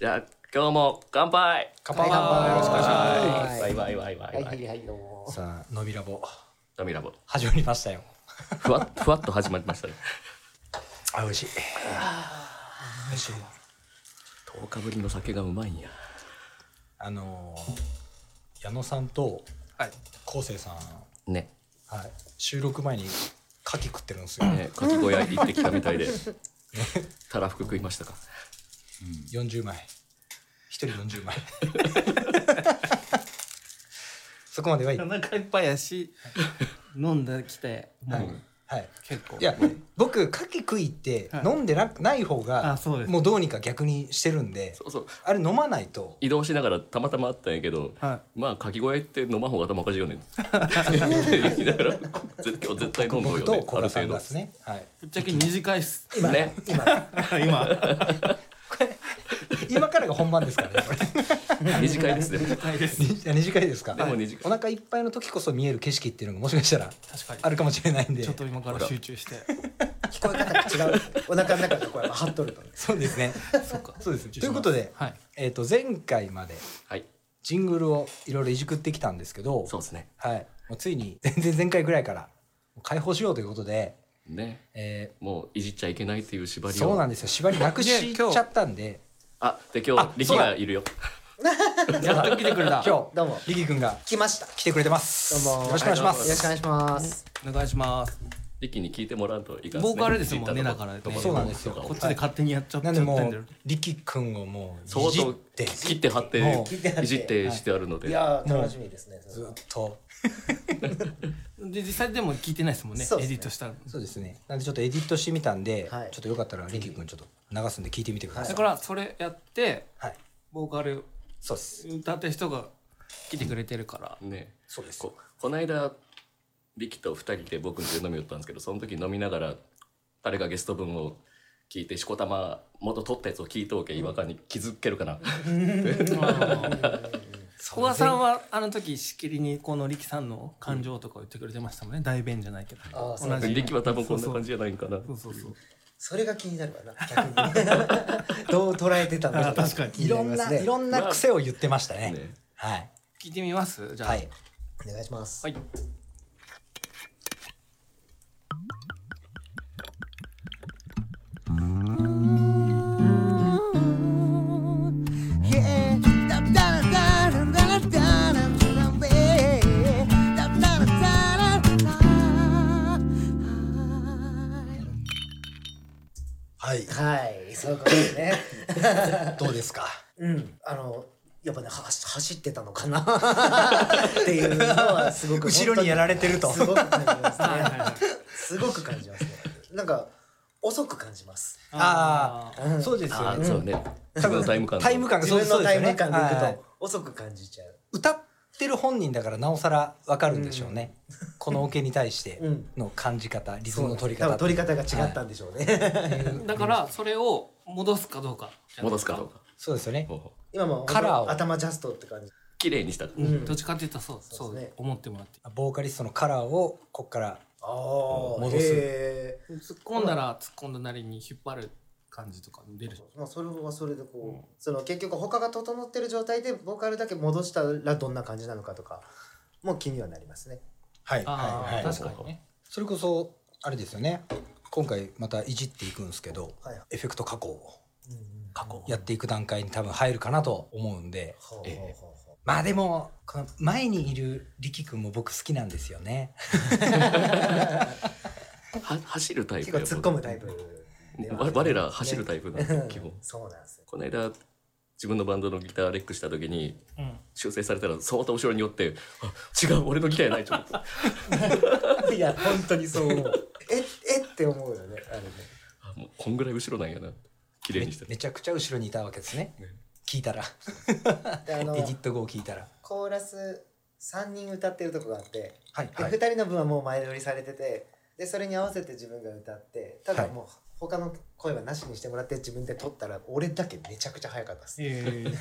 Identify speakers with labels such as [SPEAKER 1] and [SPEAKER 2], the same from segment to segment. [SPEAKER 1] 今日も乾杯
[SPEAKER 2] 乾
[SPEAKER 3] 杯
[SPEAKER 2] よろしくお願いしま
[SPEAKER 3] は
[SPEAKER 1] わ
[SPEAKER 3] い
[SPEAKER 1] いわいわいわい
[SPEAKER 3] はい
[SPEAKER 1] わ
[SPEAKER 3] はい
[SPEAKER 1] い
[SPEAKER 3] はい、どうも
[SPEAKER 2] す。。さあ、のびラボ、
[SPEAKER 1] ダミラボ
[SPEAKER 2] 始まりましたよ。
[SPEAKER 1] ふわっふわっと始まりましたね
[SPEAKER 2] あ、美味しい。美味しい。
[SPEAKER 1] 10日ぶりの酒がうまいんや
[SPEAKER 2] あのー、矢野さんと、
[SPEAKER 4] はい。
[SPEAKER 2] 昴生さん、
[SPEAKER 1] ね
[SPEAKER 2] はい、収録前に牡蠣食ってるんですよ。
[SPEAKER 1] ねかき小屋行ってきたみたいで たらふく食いましたか
[SPEAKER 2] 40枚。一人40枚。そこまではいい。
[SPEAKER 4] お
[SPEAKER 2] はい。
[SPEAKER 4] 腹いっぱいやし、飲んできて、もう
[SPEAKER 2] はい
[SPEAKER 4] 結構。
[SPEAKER 2] いや、僕、牡蠣食いって
[SPEAKER 4] はい
[SPEAKER 2] 飲んでなない方が
[SPEAKER 4] あそうです
[SPEAKER 2] もうどうにか逆にしてるんで、
[SPEAKER 1] そうそう
[SPEAKER 2] あれ飲まないと、
[SPEAKER 1] 移動しながらたまたまあったんやけど、
[SPEAKER 4] は
[SPEAKER 1] まあかき小屋行って飲まん方が頭おかしいよ ね言いながら絶今日絶対飲んどうよ
[SPEAKER 2] 僕
[SPEAKER 1] ね
[SPEAKER 2] と
[SPEAKER 1] あ
[SPEAKER 2] 小
[SPEAKER 1] る
[SPEAKER 2] 田さ
[SPEAKER 1] 程
[SPEAKER 2] ん
[SPEAKER 1] 度
[SPEAKER 2] がですね、はい。
[SPEAKER 4] ぶっちゃけ二次会っす。
[SPEAKER 2] 今、
[SPEAKER 1] ね
[SPEAKER 2] 今、
[SPEAKER 4] 今。
[SPEAKER 2] 今からが本番ですからね、これ。
[SPEAKER 1] 二次会です ね
[SPEAKER 4] 会です。
[SPEAKER 2] にあ短いですか。
[SPEAKER 1] でも短い
[SPEAKER 2] お腹いっぱいの時こそ見える景色っていうのがもしかしたら
[SPEAKER 4] 確かに。
[SPEAKER 2] あるかもしれないんで。
[SPEAKER 4] ちょっと今から集中して。
[SPEAKER 3] 聞こえ方が違う。お腹の中でこうやっぱ張っとると。
[SPEAKER 2] そうですね。
[SPEAKER 4] そうか。
[SPEAKER 2] そうですね。
[SPEAKER 4] 集中します
[SPEAKER 2] ということで、
[SPEAKER 4] はい。
[SPEAKER 2] えっ、と前回まで
[SPEAKER 1] はい
[SPEAKER 2] ジングルをいろいろいじくってきたんですけど、
[SPEAKER 1] そうですね
[SPEAKER 2] はい。もうついに全然前回ぐらいから解放しようということで、
[SPEAKER 1] ね
[SPEAKER 2] え
[SPEAKER 1] もういじっちゃいけないっていう縛
[SPEAKER 2] ー
[SPEAKER 1] りを
[SPEAKER 2] そうなんですよ。縛りなくしちゃったんで、
[SPEAKER 1] あで今日力がいるよ
[SPEAKER 4] やっと来てくれ
[SPEAKER 2] 今
[SPEAKER 4] た。
[SPEAKER 2] 日
[SPEAKER 3] どうも
[SPEAKER 2] リキ君が
[SPEAKER 3] 来ました。
[SPEAKER 2] 来てくれてます。
[SPEAKER 3] どうも。
[SPEAKER 2] よろしくお願いしま
[SPEAKER 3] よろしくお
[SPEAKER 2] す。
[SPEAKER 3] 願いします。
[SPEAKER 4] お願いします。
[SPEAKER 1] 力に聞いてもらうといかん
[SPEAKER 4] ボーカルですもんね
[SPEAKER 1] ギタ
[SPEAKER 4] だ
[SPEAKER 1] ーと
[SPEAKER 4] からね
[SPEAKER 1] と
[SPEAKER 2] そうなんですよ
[SPEAKER 1] とか
[SPEAKER 4] こっちで勝手にやっちゃって
[SPEAKER 2] なん
[SPEAKER 4] ん
[SPEAKER 2] で
[SPEAKER 4] だよ
[SPEAKER 2] もうリキ君をもう
[SPEAKER 1] 相
[SPEAKER 2] いじっ
[SPEAKER 1] 当
[SPEAKER 2] て
[SPEAKER 1] 切って貼っ
[SPEAKER 2] も
[SPEAKER 1] ていじってしてあるので、
[SPEAKER 3] いやー、
[SPEAKER 2] もう
[SPEAKER 3] 楽しみですね。そ
[SPEAKER 2] ず
[SPEAKER 3] れ
[SPEAKER 2] っ
[SPEAKER 3] は
[SPEAKER 2] と。
[SPEAKER 4] で実際でも聞いてないですもんね。
[SPEAKER 3] そうで
[SPEAKER 4] エ
[SPEAKER 3] す
[SPEAKER 4] デ
[SPEAKER 3] ね
[SPEAKER 4] ィットしたら。
[SPEAKER 2] そうですね。なんでちょっとエディットしてみたんで、
[SPEAKER 3] はい
[SPEAKER 2] ちょっとよかったらリキ君ちょっと流すんで聞いてみてくださ
[SPEAKER 4] だ
[SPEAKER 2] い。
[SPEAKER 4] か
[SPEAKER 2] はい。
[SPEAKER 4] らそれやってボーカル
[SPEAKER 2] そうです。
[SPEAKER 4] 歌ってる人が来てくれて るから。
[SPEAKER 1] ね
[SPEAKER 2] そうです。
[SPEAKER 1] ここの間力と2人で僕ん家で飲み寄ったんですけどその時飲みながら誰がゲスト分を聞いてしこたま元取ったやつを聞いとおけ違和感に気づけるかな、
[SPEAKER 4] 小賀さんはあの時しきりにこの力さんの感情とか言ってくれてましたもんね、代弁じゃないけど
[SPEAKER 3] あーそう
[SPEAKER 1] 力は多分こんな感じじゃないんかな
[SPEAKER 4] そうそうそう
[SPEAKER 3] それが気になるわな。逆に。どう捉えてたんだろう。
[SPEAKER 4] あ確かに
[SPEAKER 3] 気
[SPEAKER 2] い
[SPEAKER 3] にな
[SPEAKER 2] ろ
[SPEAKER 3] り
[SPEAKER 2] ん
[SPEAKER 3] ます
[SPEAKER 2] な、い
[SPEAKER 3] ね。
[SPEAKER 2] ろんな癖を言ってましたね。
[SPEAKER 1] ね
[SPEAKER 2] はい。
[SPEAKER 4] 聞いてみますじゃあ、
[SPEAKER 2] はい。
[SPEAKER 3] お願いします。
[SPEAKER 4] はい
[SPEAKER 2] はい。
[SPEAKER 3] はい、そういうことですね。
[SPEAKER 2] どうですか。
[SPEAKER 3] うん、あの、やっぱね、は走ってた のかなっていうのはすごく
[SPEAKER 2] 後ろにやられてると
[SPEAKER 3] すごく感じますね
[SPEAKER 4] はいはいはい
[SPEAKER 3] すごく感じますねなんか遅く感じます
[SPEAKER 2] あ
[SPEAKER 4] あ
[SPEAKER 2] あー、そうですよ
[SPEAKER 1] あ
[SPEAKER 2] ね。
[SPEAKER 1] そうね自分のタイム感
[SPEAKER 2] タイム感が
[SPEAKER 3] 自
[SPEAKER 2] そう
[SPEAKER 3] 分
[SPEAKER 2] そ
[SPEAKER 3] の
[SPEAKER 2] うです
[SPEAKER 3] タイ
[SPEAKER 2] よね。
[SPEAKER 3] ム感でいく
[SPEAKER 2] はい
[SPEAKER 3] と遅く感じちゃう
[SPEAKER 2] 歌ってる本人だからなおさらわかるんでしょうね。このオケに対して
[SPEAKER 3] うん
[SPEAKER 2] の感じ方、リズムの取り
[SPEAKER 3] 多
[SPEAKER 2] 方
[SPEAKER 3] 分。取り方が違ったんでしょうね、
[SPEAKER 4] だからそれを戻すかどうか
[SPEAKER 1] 戻すかどうか
[SPEAKER 2] そうですよね。
[SPEAKER 1] ほうほう
[SPEAKER 3] 今もう
[SPEAKER 2] カラーを
[SPEAKER 3] 頭ジャストって感じ
[SPEAKER 1] 綺麗にしたから、
[SPEAKER 3] うん
[SPEAKER 4] どっちかって言ったらそう
[SPEAKER 3] そ
[SPEAKER 4] そうう
[SPEAKER 3] ですね
[SPEAKER 4] 思ってもらって
[SPEAKER 2] ボーカリストのカラーをこっから
[SPEAKER 3] ああ
[SPEAKER 2] 戻す
[SPEAKER 3] へえ
[SPEAKER 4] 突っ込んだら突っ込んだなりに引っ張る感じとか出る
[SPEAKER 3] まあそれはそれでこう、その結局他が整ってる状態でボーカルだけ戻したらどんな感じなのかとかも気にはなりますね
[SPEAKER 2] はい
[SPEAKER 4] ああ、
[SPEAKER 2] はいはい
[SPEAKER 4] 確かにね
[SPEAKER 2] それこそあれですよね今回またいじっていくんですけど、
[SPEAKER 3] はい
[SPEAKER 2] エフェクト加工を
[SPEAKER 3] うんうん
[SPEAKER 2] 加工やっていく段階に多分入るかなと思うんで
[SPEAKER 3] ほうほう
[SPEAKER 1] ええ
[SPEAKER 3] ほうほう
[SPEAKER 2] まあでもこの前にいる力君も僕好きなんですよね
[SPEAKER 1] は走るタイ
[SPEAKER 3] 結
[SPEAKER 1] プ
[SPEAKER 3] 構
[SPEAKER 1] や
[SPEAKER 3] 突っ込むタイプではあ
[SPEAKER 1] わ
[SPEAKER 3] る
[SPEAKER 1] 我ら走るタイプなんで基本
[SPEAKER 3] うんそうなんですよ
[SPEAKER 1] この間自分のバンドのギターレックした時に
[SPEAKER 4] うん
[SPEAKER 1] 修正されたら相当後ろに寄って「あ違う俺のギターやない」と思って
[SPEAKER 3] いや本当にそう思うええって思うよねあれね
[SPEAKER 1] あもうこんぐらい後ろなんやな綺麗
[SPEAKER 2] め
[SPEAKER 1] にした
[SPEAKER 2] めちゃくちゃ後ろにいたわけですね
[SPEAKER 1] ね
[SPEAKER 2] 聞いたら
[SPEAKER 3] であ
[SPEAKER 2] エデ
[SPEAKER 3] の
[SPEAKER 2] ィット後を聞いたら
[SPEAKER 3] コーラス3人歌ってるとこがあって
[SPEAKER 2] はい
[SPEAKER 3] で、
[SPEAKER 2] はい
[SPEAKER 3] 2人の分はもう前撮りされててでそれに合わせて自分が歌ってただ
[SPEAKER 2] はい
[SPEAKER 3] もう他の声はなしにしてもらって自分で撮ったら俺だけめちゃくちゃ早かったです
[SPEAKER 4] ええ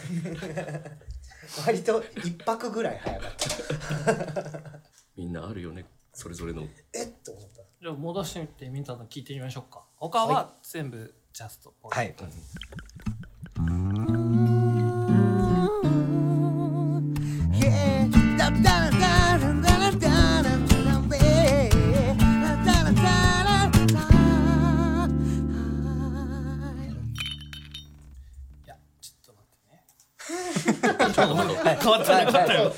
[SPEAKER 3] 割と1拍ぐらい早かった
[SPEAKER 1] みんなあるよねそれぞれの
[SPEAKER 3] えっと思った
[SPEAKER 4] じゃあ戻してみてみたの聞いてみましょうか他は全部ジャストっぽい
[SPEAKER 2] はい
[SPEAKER 1] うん
[SPEAKER 2] 「
[SPEAKER 4] 変わったね変わったよ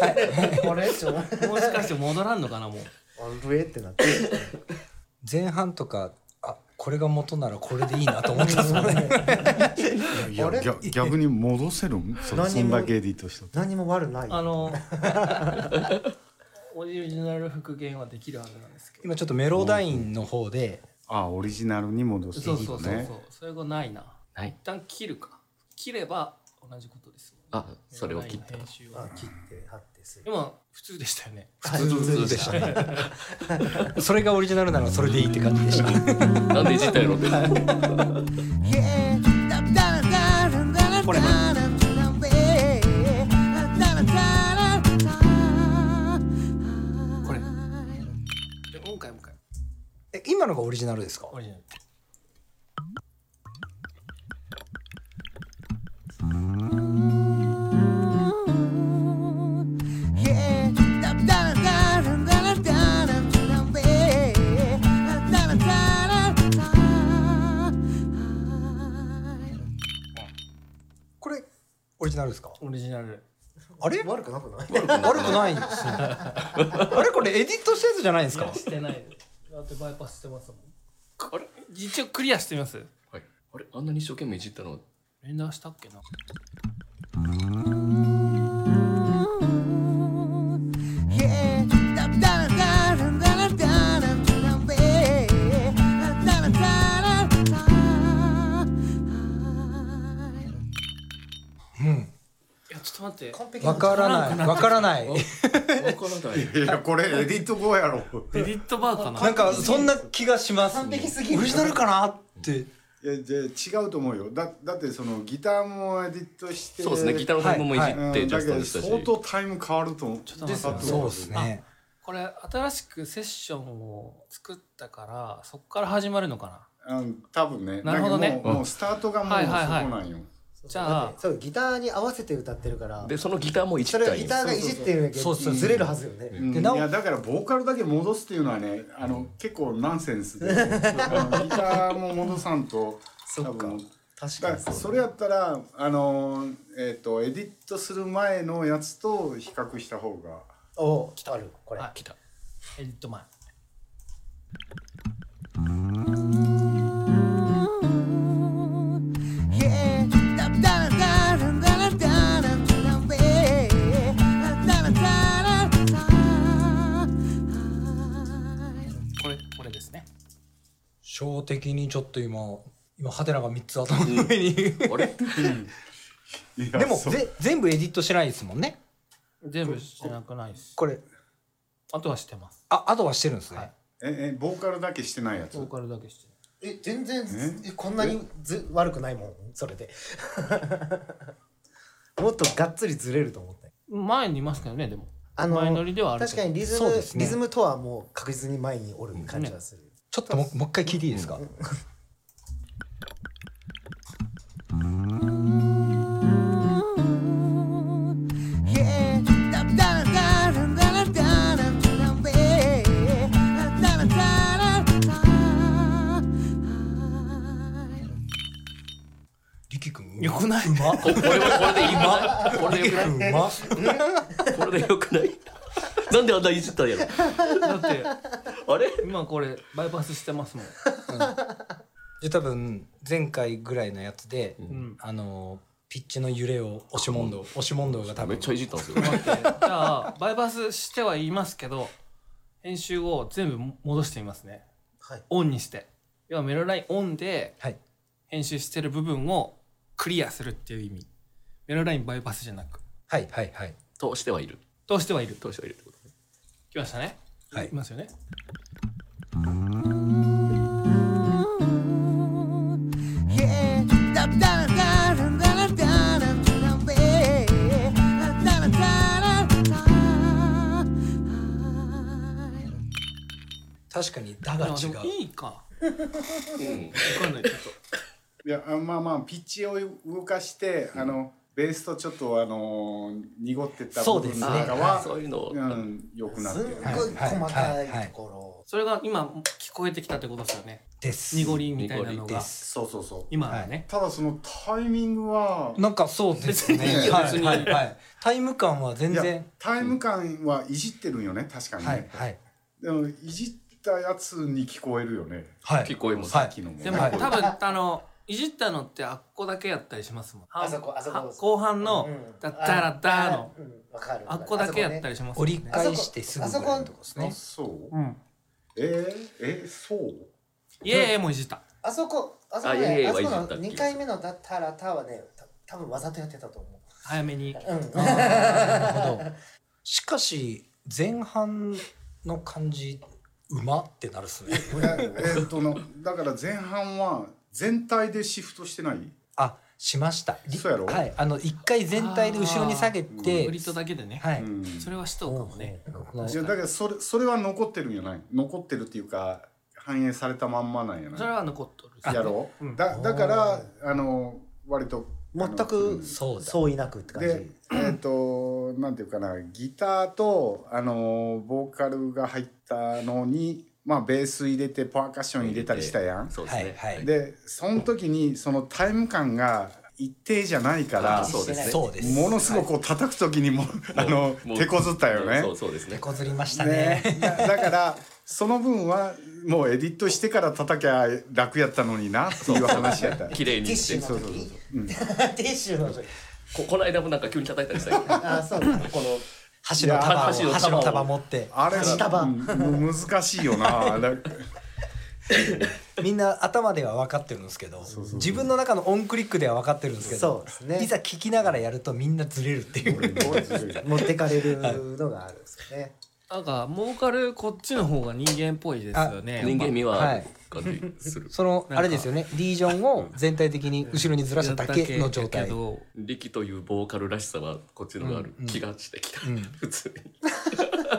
[SPEAKER 3] あれちょっと待って
[SPEAKER 4] もしかして戻らんのかなもう
[SPEAKER 3] あれってなって
[SPEAKER 2] 前半とかあこれが元ならこれでいいなと思ったんで すもんね
[SPEAKER 5] いや
[SPEAKER 3] あれ
[SPEAKER 5] 逆逆に戻せる んそ
[SPEAKER 3] 何にも
[SPEAKER 5] そんだけエディットしたって
[SPEAKER 3] 何も悪ない
[SPEAKER 4] あの オリジナル復元はできるはずなんですけど
[SPEAKER 2] 今ちょっとメロダインの方で
[SPEAKER 5] あオリジナルに戻す
[SPEAKER 4] そ
[SPEAKER 5] の
[SPEAKER 4] う
[SPEAKER 5] ね
[SPEAKER 4] そうそうそうそれがないな
[SPEAKER 1] はい
[SPEAKER 4] 一旦切るか切れば同じことですもんね
[SPEAKER 1] あそれを切った
[SPEAKER 4] 編集は
[SPEAKER 3] あ切って貼ってする
[SPEAKER 4] 今普通でしたよね
[SPEAKER 1] 普通でしたね
[SPEAKER 2] それがオリジナルならそれでいいって感じでした
[SPEAKER 1] なんでいじったんやろって
[SPEAKER 2] これも
[SPEAKER 4] これで今回もう一回
[SPEAKER 2] え今のがオリジナルですか
[SPEAKER 4] オリジナル
[SPEAKER 2] これオリジナルですか
[SPEAKER 4] オリジナル
[SPEAKER 2] あれ
[SPEAKER 3] 悪くなくない
[SPEAKER 2] 悪くないですねあれこれエディットしたやつじゃないんですか
[SPEAKER 4] してないだってバイパスしてますもんあれ一応クリアしてみます
[SPEAKER 1] はい、あれあんなに一生懸命いじったの
[SPEAKER 4] 連打したっけな
[SPEAKER 2] うん
[SPEAKER 4] いやちょっと待って
[SPEAKER 3] 完璧
[SPEAKER 2] わからないわからない
[SPEAKER 1] 分からない
[SPEAKER 5] いやこれエディット後やろ
[SPEAKER 4] デビットバーかな
[SPEAKER 2] なんかそんな気がします
[SPEAKER 3] 完璧すぎる
[SPEAKER 2] オリジナルかなって
[SPEAKER 5] いやじゃあ違うと思うよだだってそのギターもエディットして
[SPEAKER 1] そうですねギターの部分もいじって、
[SPEAKER 5] うん
[SPEAKER 1] ジャ
[SPEAKER 5] だ
[SPEAKER 1] ス
[SPEAKER 5] け
[SPEAKER 1] ト
[SPEAKER 5] ど
[SPEAKER 1] でしたし
[SPEAKER 5] 相当タイム変わると思う
[SPEAKER 4] ちょっと待って
[SPEAKER 5] で
[SPEAKER 2] そうですね
[SPEAKER 4] これ新しくセッションを作ったからそこから始まるのか
[SPEAKER 5] うん多分ね
[SPEAKER 4] なるほどね
[SPEAKER 5] だけもうもうスタートがもうそ
[SPEAKER 4] は
[SPEAKER 5] こ
[SPEAKER 4] いはいはい
[SPEAKER 5] なんよ
[SPEAKER 4] じゃあ
[SPEAKER 3] そうギターに合わせて歌ってるから
[SPEAKER 1] でそのギターもいじ
[SPEAKER 3] そ
[SPEAKER 1] ったん
[SPEAKER 3] れを
[SPEAKER 1] や
[SPEAKER 3] ギターがいじってるんやけど
[SPEAKER 2] そうそう
[SPEAKER 3] ずれるはずよね、
[SPEAKER 5] うん
[SPEAKER 2] で
[SPEAKER 5] い
[SPEAKER 2] なお
[SPEAKER 5] やだからボーカルだけ戻すっていうのはねあの結構ナンセンスで あのギターも戻さんと
[SPEAKER 3] そ
[SPEAKER 5] 多
[SPEAKER 3] っか
[SPEAKER 5] 分
[SPEAKER 3] 確
[SPEAKER 5] だ
[SPEAKER 3] か
[SPEAKER 5] か
[SPEAKER 3] に
[SPEAKER 5] らそれやったらあのえっ、とエディットする前のやつと比較した方が
[SPEAKER 3] お来たあるこれ、
[SPEAKER 4] はい
[SPEAKER 1] 来た
[SPEAKER 4] エディット前これこれですね
[SPEAKER 2] 小的にちょっと今今ハテナが三つ頭の上に で
[SPEAKER 1] あれ
[SPEAKER 5] いや
[SPEAKER 2] も
[SPEAKER 5] そう
[SPEAKER 2] ぜ全部エディットしてないですもんね
[SPEAKER 4] 全部してなくないです
[SPEAKER 2] これ
[SPEAKER 4] あとはしてます
[SPEAKER 2] ああとはしてるんですね、
[SPEAKER 4] はい
[SPEAKER 5] ええボーカルだけしてないやつ
[SPEAKER 4] ボーカルだけして
[SPEAKER 3] え全然えこんなにず悪くないもんそ れでもっとがっつりずれると思った
[SPEAKER 4] 前にいますけどねでも
[SPEAKER 3] あの
[SPEAKER 4] 前乗りではあるけ
[SPEAKER 3] 確
[SPEAKER 4] ど
[SPEAKER 3] かにリズ
[SPEAKER 2] そう
[SPEAKER 3] ム、
[SPEAKER 2] ですね
[SPEAKER 3] リズムとはもう確実に前におる感じがする、
[SPEAKER 2] ちょっともうもう一回聞いていいですか、リキ君
[SPEAKER 4] よくない
[SPEAKER 1] ここれはこれで今これで
[SPEAKER 2] リ
[SPEAKER 1] よくないこれで
[SPEAKER 2] キ君うま
[SPEAKER 1] よくない なんであんないじったんや
[SPEAKER 4] だって
[SPEAKER 1] ろあれ
[SPEAKER 4] 今これバイパスしてますもん、
[SPEAKER 2] で多分前回ぐらいのやつで、
[SPEAKER 4] うん、
[SPEAKER 2] あのピッチの揺れを押し問答押し問答が多
[SPEAKER 1] め
[SPEAKER 2] 分
[SPEAKER 1] っちゃいじったんですよ
[SPEAKER 4] じゃあバイパスしては言いますけど編集を全部戻してみますね
[SPEAKER 3] はい
[SPEAKER 4] オンにして要はメロラインオンで
[SPEAKER 2] はい
[SPEAKER 4] 編集してる部分をクリアするっていう意味メロラインバイパスじゃなく
[SPEAKER 2] はいはいはい
[SPEAKER 1] 通してはいる
[SPEAKER 4] 通してはいる
[SPEAKER 1] 通してはいるってことね
[SPEAKER 4] きましたね
[SPEAKER 2] はい
[SPEAKER 4] いますよね
[SPEAKER 2] 確かに「だ」
[SPEAKER 4] あ
[SPEAKER 2] が
[SPEAKER 4] で
[SPEAKER 2] 違
[SPEAKER 4] も
[SPEAKER 2] う
[SPEAKER 4] いいか
[SPEAKER 1] うん
[SPEAKER 4] 分かんないちょっと
[SPEAKER 5] いやあまあまあピッチを動かして、あのベースとちょっとあの濁ってた
[SPEAKER 2] そ
[SPEAKER 5] 部
[SPEAKER 2] うです
[SPEAKER 5] 分
[SPEAKER 2] ね
[SPEAKER 5] なんか
[SPEAKER 1] あー
[SPEAKER 5] は
[SPEAKER 1] そういうのを
[SPEAKER 5] うん、良くなっ
[SPEAKER 3] す
[SPEAKER 5] て
[SPEAKER 3] っ
[SPEAKER 5] る、
[SPEAKER 3] ごい細かいところ、
[SPEAKER 4] それが今聞こえてきたってことですよね
[SPEAKER 2] です
[SPEAKER 4] 濁りみたいなの
[SPEAKER 1] 濁り
[SPEAKER 4] が
[SPEAKER 2] です
[SPEAKER 5] そうそうそう
[SPEAKER 4] 今はね、
[SPEAKER 5] ただそのタイミングは
[SPEAKER 2] なんかそうですね
[SPEAKER 5] 別にいいよ
[SPEAKER 2] はい
[SPEAKER 1] 別に
[SPEAKER 2] はいはいタイム感は全
[SPEAKER 5] いや
[SPEAKER 2] 然
[SPEAKER 5] タイム感はいじってるんよね確かにね、
[SPEAKER 2] はいはい
[SPEAKER 5] でもいじったやつに聞こえるよね
[SPEAKER 2] は
[SPEAKER 1] 聞
[SPEAKER 2] い
[SPEAKER 1] こえます、
[SPEAKER 2] はい
[SPEAKER 5] 昨日もね
[SPEAKER 4] でも、
[SPEAKER 2] はい
[SPEAKER 4] 多分あのいじったのってあっこだけやったりしますもん
[SPEAKER 3] あそこあそこ
[SPEAKER 4] は後半の
[SPEAKER 3] うん
[SPEAKER 4] 「だったらだ」の
[SPEAKER 3] あうんわかる
[SPEAKER 4] あっこだけやったりしますもん
[SPEAKER 2] 折り
[SPEAKER 4] ね
[SPEAKER 3] あそ
[SPEAKER 2] 返
[SPEAKER 3] こ
[SPEAKER 2] してすぐぐらいのとこです
[SPEAKER 5] あ
[SPEAKER 2] ね
[SPEAKER 5] そう
[SPEAKER 4] うん
[SPEAKER 5] えー、えそう
[SPEAKER 4] イエーイもいじった
[SPEAKER 3] あそこあそこ
[SPEAKER 1] あいやい
[SPEAKER 3] ね
[SPEAKER 1] や
[SPEAKER 3] あそこ
[SPEAKER 1] いじった
[SPEAKER 3] の
[SPEAKER 1] っていう
[SPEAKER 3] 二回目のだったらたはねた多分わざとやってたと思
[SPEAKER 4] 早めに
[SPEAKER 3] うう
[SPEAKER 2] あ
[SPEAKER 3] ん
[SPEAKER 2] ーなるほど しかし前半の感じ馬ってなるっす ね
[SPEAKER 5] いやえーっとのだから前半は全体でシフトしてない
[SPEAKER 2] あしましたり
[SPEAKER 5] そうやろ
[SPEAKER 2] はいあの一回全体で後ろに下げて
[SPEAKER 4] ブリッドだけでね、
[SPEAKER 2] はい
[SPEAKER 5] うん
[SPEAKER 4] それはしとうかもね、
[SPEAKER 2] うん
[SPEAKER 5] いやだからそれそれは残ってるんじゃない残ってるっていうか反映されたまんまなんやない
[SPEAKER 4] それは残っとる
[SPEAKER 5] やろう、
[SPEAKER 4] うん
[SPEAKER 5] だだからあの割とあの
[SPEAKER 3] 全く
[SPEAKER 2] そうだ
[SPEAKER 3] そういなくって感じ
[SPEAKER 5] でえっ、となんていうかなギターとあのボーカルが入ったのにまあベース入れてパーカッション入れたりしたやん。
[SPEAKER 1] そうですね。
[SPEAKER 2] はいはい
[SPEAKER 5] でその時にそのタイム感が一定じゃないか
[SPEAKER 1] あ
[SPEAKER 5] ら
[SPEAKER 1] そうですね
[SPEAKER 2] そうです
[SPEAKER 5] ものすごくこう叩く時にもあの
[SPEAKER 1] もう
[SPEAKER 5] 手こずったよね。
[SPEAKER 1] そうそうですね
[SPEAKER 2] 手。こずりましたね
[SPEAKER 5] ね、だ だからその分はもうエディットしてから叩きゃ楽やったのになっていう話やった。
[SPEAKER 1] 綺麗に
[SPEAKER 3] ティッ
[SPEAKER 1] し
[SPEAKER 3] シュ
[SPEAKER 1] て
[SPEAKER 3] の
[SPEAKER 1] そう
[SPEAKER 5] そうそう
[SPEAKER 3] 時 ティッシュの時
[SPEAKER 1] ここの間もなんか急に叩いたりしたけど
[SPEAKER 3] あそうだこの
[SPEAKER 2] 箸の束を
[SPEAKER 1] いや
[SPEAKER 2] 箸
[SPEAKER 1] 箸の束を
[SPEAKER 2] の束持って
[SPEAKER 5] あれ
[SPEAKER 3] 下ば
[SPEAKER 5] うん難しいよな。だ
[SPEAKER 2] みんな頭では分かってるんですけど自分の中のオンクリックでは分かってるんですけ
[SPEAKER 3] そう
[SPEAKER 2] ど
[SPEAKER 3] ですね
[SPEAKER 2] いざ聞きながらやるとみんなずれるっていう
[SPEAKER 3] 持ってかれるのがあるんですよね
[SPEAKER 4] なんかボーカルこっちの方が人間っぽいですよね
[SPEAKER 1] 人間味は
[SPEAKER 2] は
[SPEAKER 1] あ
[SPEAKER 2] い
[SPEAKER 1] る感じする。
[SPEAKER 2] その
[SPEAKER 4] なんか
[SPEAKER 2] あれですよねリージョンを全体的に後ろにずらしただけの状態
[SPEAKER 4] だけど
[SPEAKER 1] 力というボーカルらしさはこっちの方がある気がしてきた。 普通に。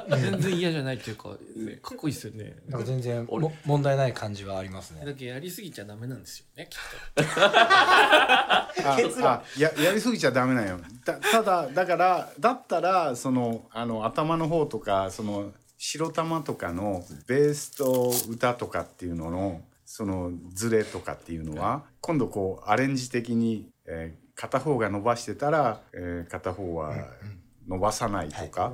[SPEAKER 4] 全然嫌じゃないっていうか、かっこいいですよね
[SPEAKER 2] なんか全然
[SPEAKER 1] 俺
[SPEAKER 2] も問題ない感じはありますね
[SPEAKER 4] だけどやりすぎちゃダメなんですよねきっ
[SPEAKER 5] ああややりすぎちゃダメなんよ。だただだからだったらそのあの頭の方とかその白玉とかのベースと歌とかっていうののそのズレとかっていうのは今度こうアレンジ的に、えー片方が伸ばしてたら、えー片方は伸ばさないとか。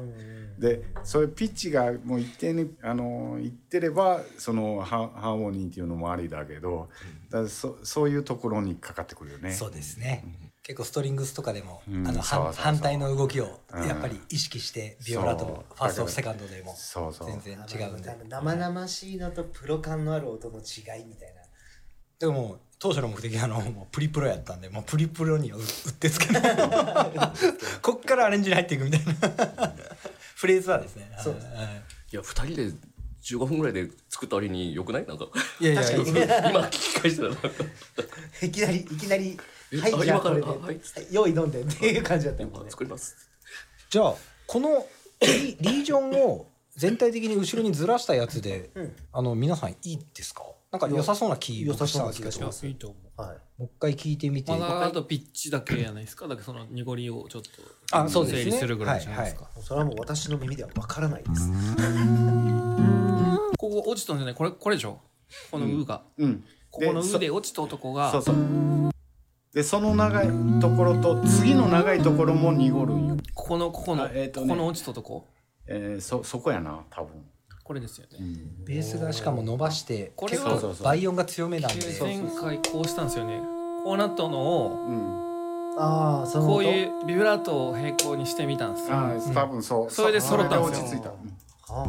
[SPEAKER 5] でそれピッチがもう一定にあのいってればそのハハーモニーっていうのもありだけどだからそそういうところにかかってくるよね。
[SPEAKER 2] そうですね結構ストリングスとかでも
[SPEAKER 5] うん
[SPEAKER 2] あの
[SPEAKER 5] そうそ
[SPEAKER 2] 反
[SPEAKER 5] うそう
[SPEAKER 2] 反対の動きを
[SPEAKER 5] うん
[SPEAKER 2] やっぱり意識してビオラと
[SPEAKER 5] そう
[SPEAKER 2] ファーストセカンドでも
[SPEAKER 5] そうそう
[SPEAKER 2] 全然違うんで
[SPEAKER 3] 生々しいのとプロ感のある音の違いみたいな
[SPEAKER 2] でももう当初の目的はあのもうプリプロやったんでもうプリプロにはううってつ けないこっからアレンジに入っていくみたいなフレーズはですね
[SPEAKER 3] そうです
[SPEAKER 2] はい
[SPEAKER 1] いや二人で15分ぐらいで作った割に良くないなんか。
[SPEAKER 2] いやいや
[SPEAKER 3] 確かに
[SPEAKER 1] 今聞き返したらなんか
[SPEAKER 3] いきな りいきなり「
[SPEAKER 1] え
[SPEAKER 3] はい
[SPEAKER 1] あ
[SPEAKER 3] じゃ
[SPEAKER 1] 今
[SPEAKER 3] あこ
[SPEAKER 1] から
[SPEAKER 3] れで、
[SPEAKER 1] あはい
[SPEAKER 3] 用意飲んで」っていう感じだったもん
[SPEAKER 1] 今
[SPEAKER 3] ね
[SPEAKER 1] 作ります。
[SPEAKER 2] じゃあこのリ リージョンを全体的に後ろにずらしたやつで、
[SPEAKER 3] うん
[SPEAKER 2] あの皆さんいいですかなんか良さそうな気
[SPEAKER 3] 良
[SPEAKER 2] 僕
[SPEAKER 3] さ
[SPEAKER 2] し
[SPEAKER 3] そ
[SPEAKER 2] た
[SPEAKER 3] う
[SPEAKER 2] ん
[SPEAKER 3] な
[SPEAKER 2] です
[SPEAKER 3] 気
[SPEAKER 2] け
[SPEAKER 3] がし
[SPEAKER 2] ど
[SPEAKER 3] ま
[SPEAKER 2] も
[SPEAKER 3] す
[SPEAKER 4] といいと思う
[SPEAKER 3] はいう
[SPEAKER 2] 一回聞いてみて、
[SPEAKER 4] まだあとピッチだけじゃないですかだからその濁りをちょっと
[SPEAKER 2] あそうですね
[SPEAKER 4] 整理するぐらいじゃないですか、
[SPEAKER 3] もうそれはもう私の耳ではわからないです
[SPEAKER 4] ここ落ちたんじゃないこれこれでしょこの「う」が、
[SPEAKER 5] うん、
[SPEAKER 4] ここの「
[SPEAKER 5] で
[SPEAKER 4] う」で落ちた男が
[SPEAKER 5] そそうそうでその長いところと次の長いところも濁るんよ、
[SPEAKER 4] ここのここの、
[SPEAKER 5] あえーと
[SPEAKER 4] こ
[SPEAKER 5] ね
[SPEAKER 4] この落ちた男
[SPEAKER 5] えー、そそこやな多分、
[SPEAKER 4] これですよね、
[SPEAKER 2] ベースがしかも伸ばして
[SPEAKER 4] これ
[SPEAKER 2] 結
[SPEAKER 4] は
[SPEAKER 5] そう
[SPEAKER 2] 構
[SPEAKER 5] そうそう
[SPEAKER 2] 倍音が強めなんで
[SPEAKER 4] 前回こうしたんですよねこうなったのを
[SPEAKER 5] うん、
[SPEAKER 3] ああその
[SPEAKER 4] こう
[SPEAKER 3] う
[SPEAKER 4] いうビブラートを平行にしてみたんですよ
[SPEAKER 5] あー多分そう、
[SPEAKER 4] それで揃ったん
[SPEAKER 5] 落
[SPEAKER 4] ですよ
[SPEAKER 5] ち着いた、
[SPEAKER 3] はあはあ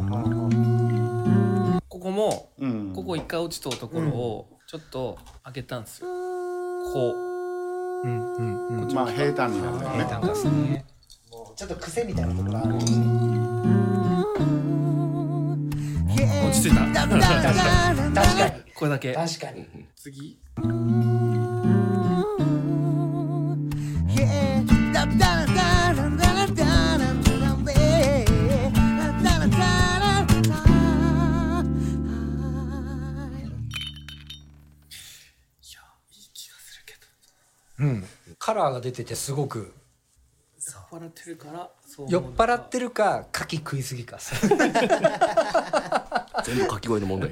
[SPEAKER 3] は
[SPEAKER 4] ここも
[SPEAKER 5] うん、
[SPEAKER 4] ここ一回落ちたところをちょっと開けたんですよこう
[SPEAKER 2] うんうんうん
[SPEAKER 5] まあ平坦になったよ
[SPEAKER 2] 出た
[SPEAKER 5] ね
[SPEAKER 2] んですね
[SPEAKER 3] あもうちょっと癖みたいなところある
[SPEAKER 4] 落ち着いた
[SPEAKER 3] 確かに
[SPEAKER 4] これだけ
[SPEAKER 3] 確かに
[SPEAKER 4] 次
[SPEAKER 2] うんカラーが出ててすごく
[SPEAKER 4] 酔っ払ってるからそう
[SPEAKER 2] 酔っ払
[SPEAKER 4] て
[SPEAKER 2] ってるか牡蠣食いすぎか
[SPEAKER 1] 全部書き声の問題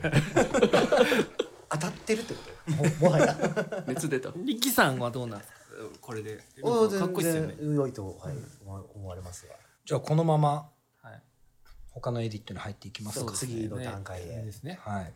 [SPEAKER 3] 当たってるってこともうもはや
[SPEAKER 1] 熱出た
[SPEAKER 4] 力さんはどうなんですかこれで
[SPEAKER 3] お
[SPEAKER 4] かっこいいっすよね
[SPEAKER 3] 全然良いと、はい、思思われますが
[SPEAKER 2] じゃあこのまま
[SPEAKER 4] はい
[SPEAKER 2] 他のエディットに入っていきます
[SPEAKER 3] そう
[SPEAKER 2] か
[SPEAKER 3] 次の段階で
[SPEAKER 4] いいですね
[SPEAKER 2] はい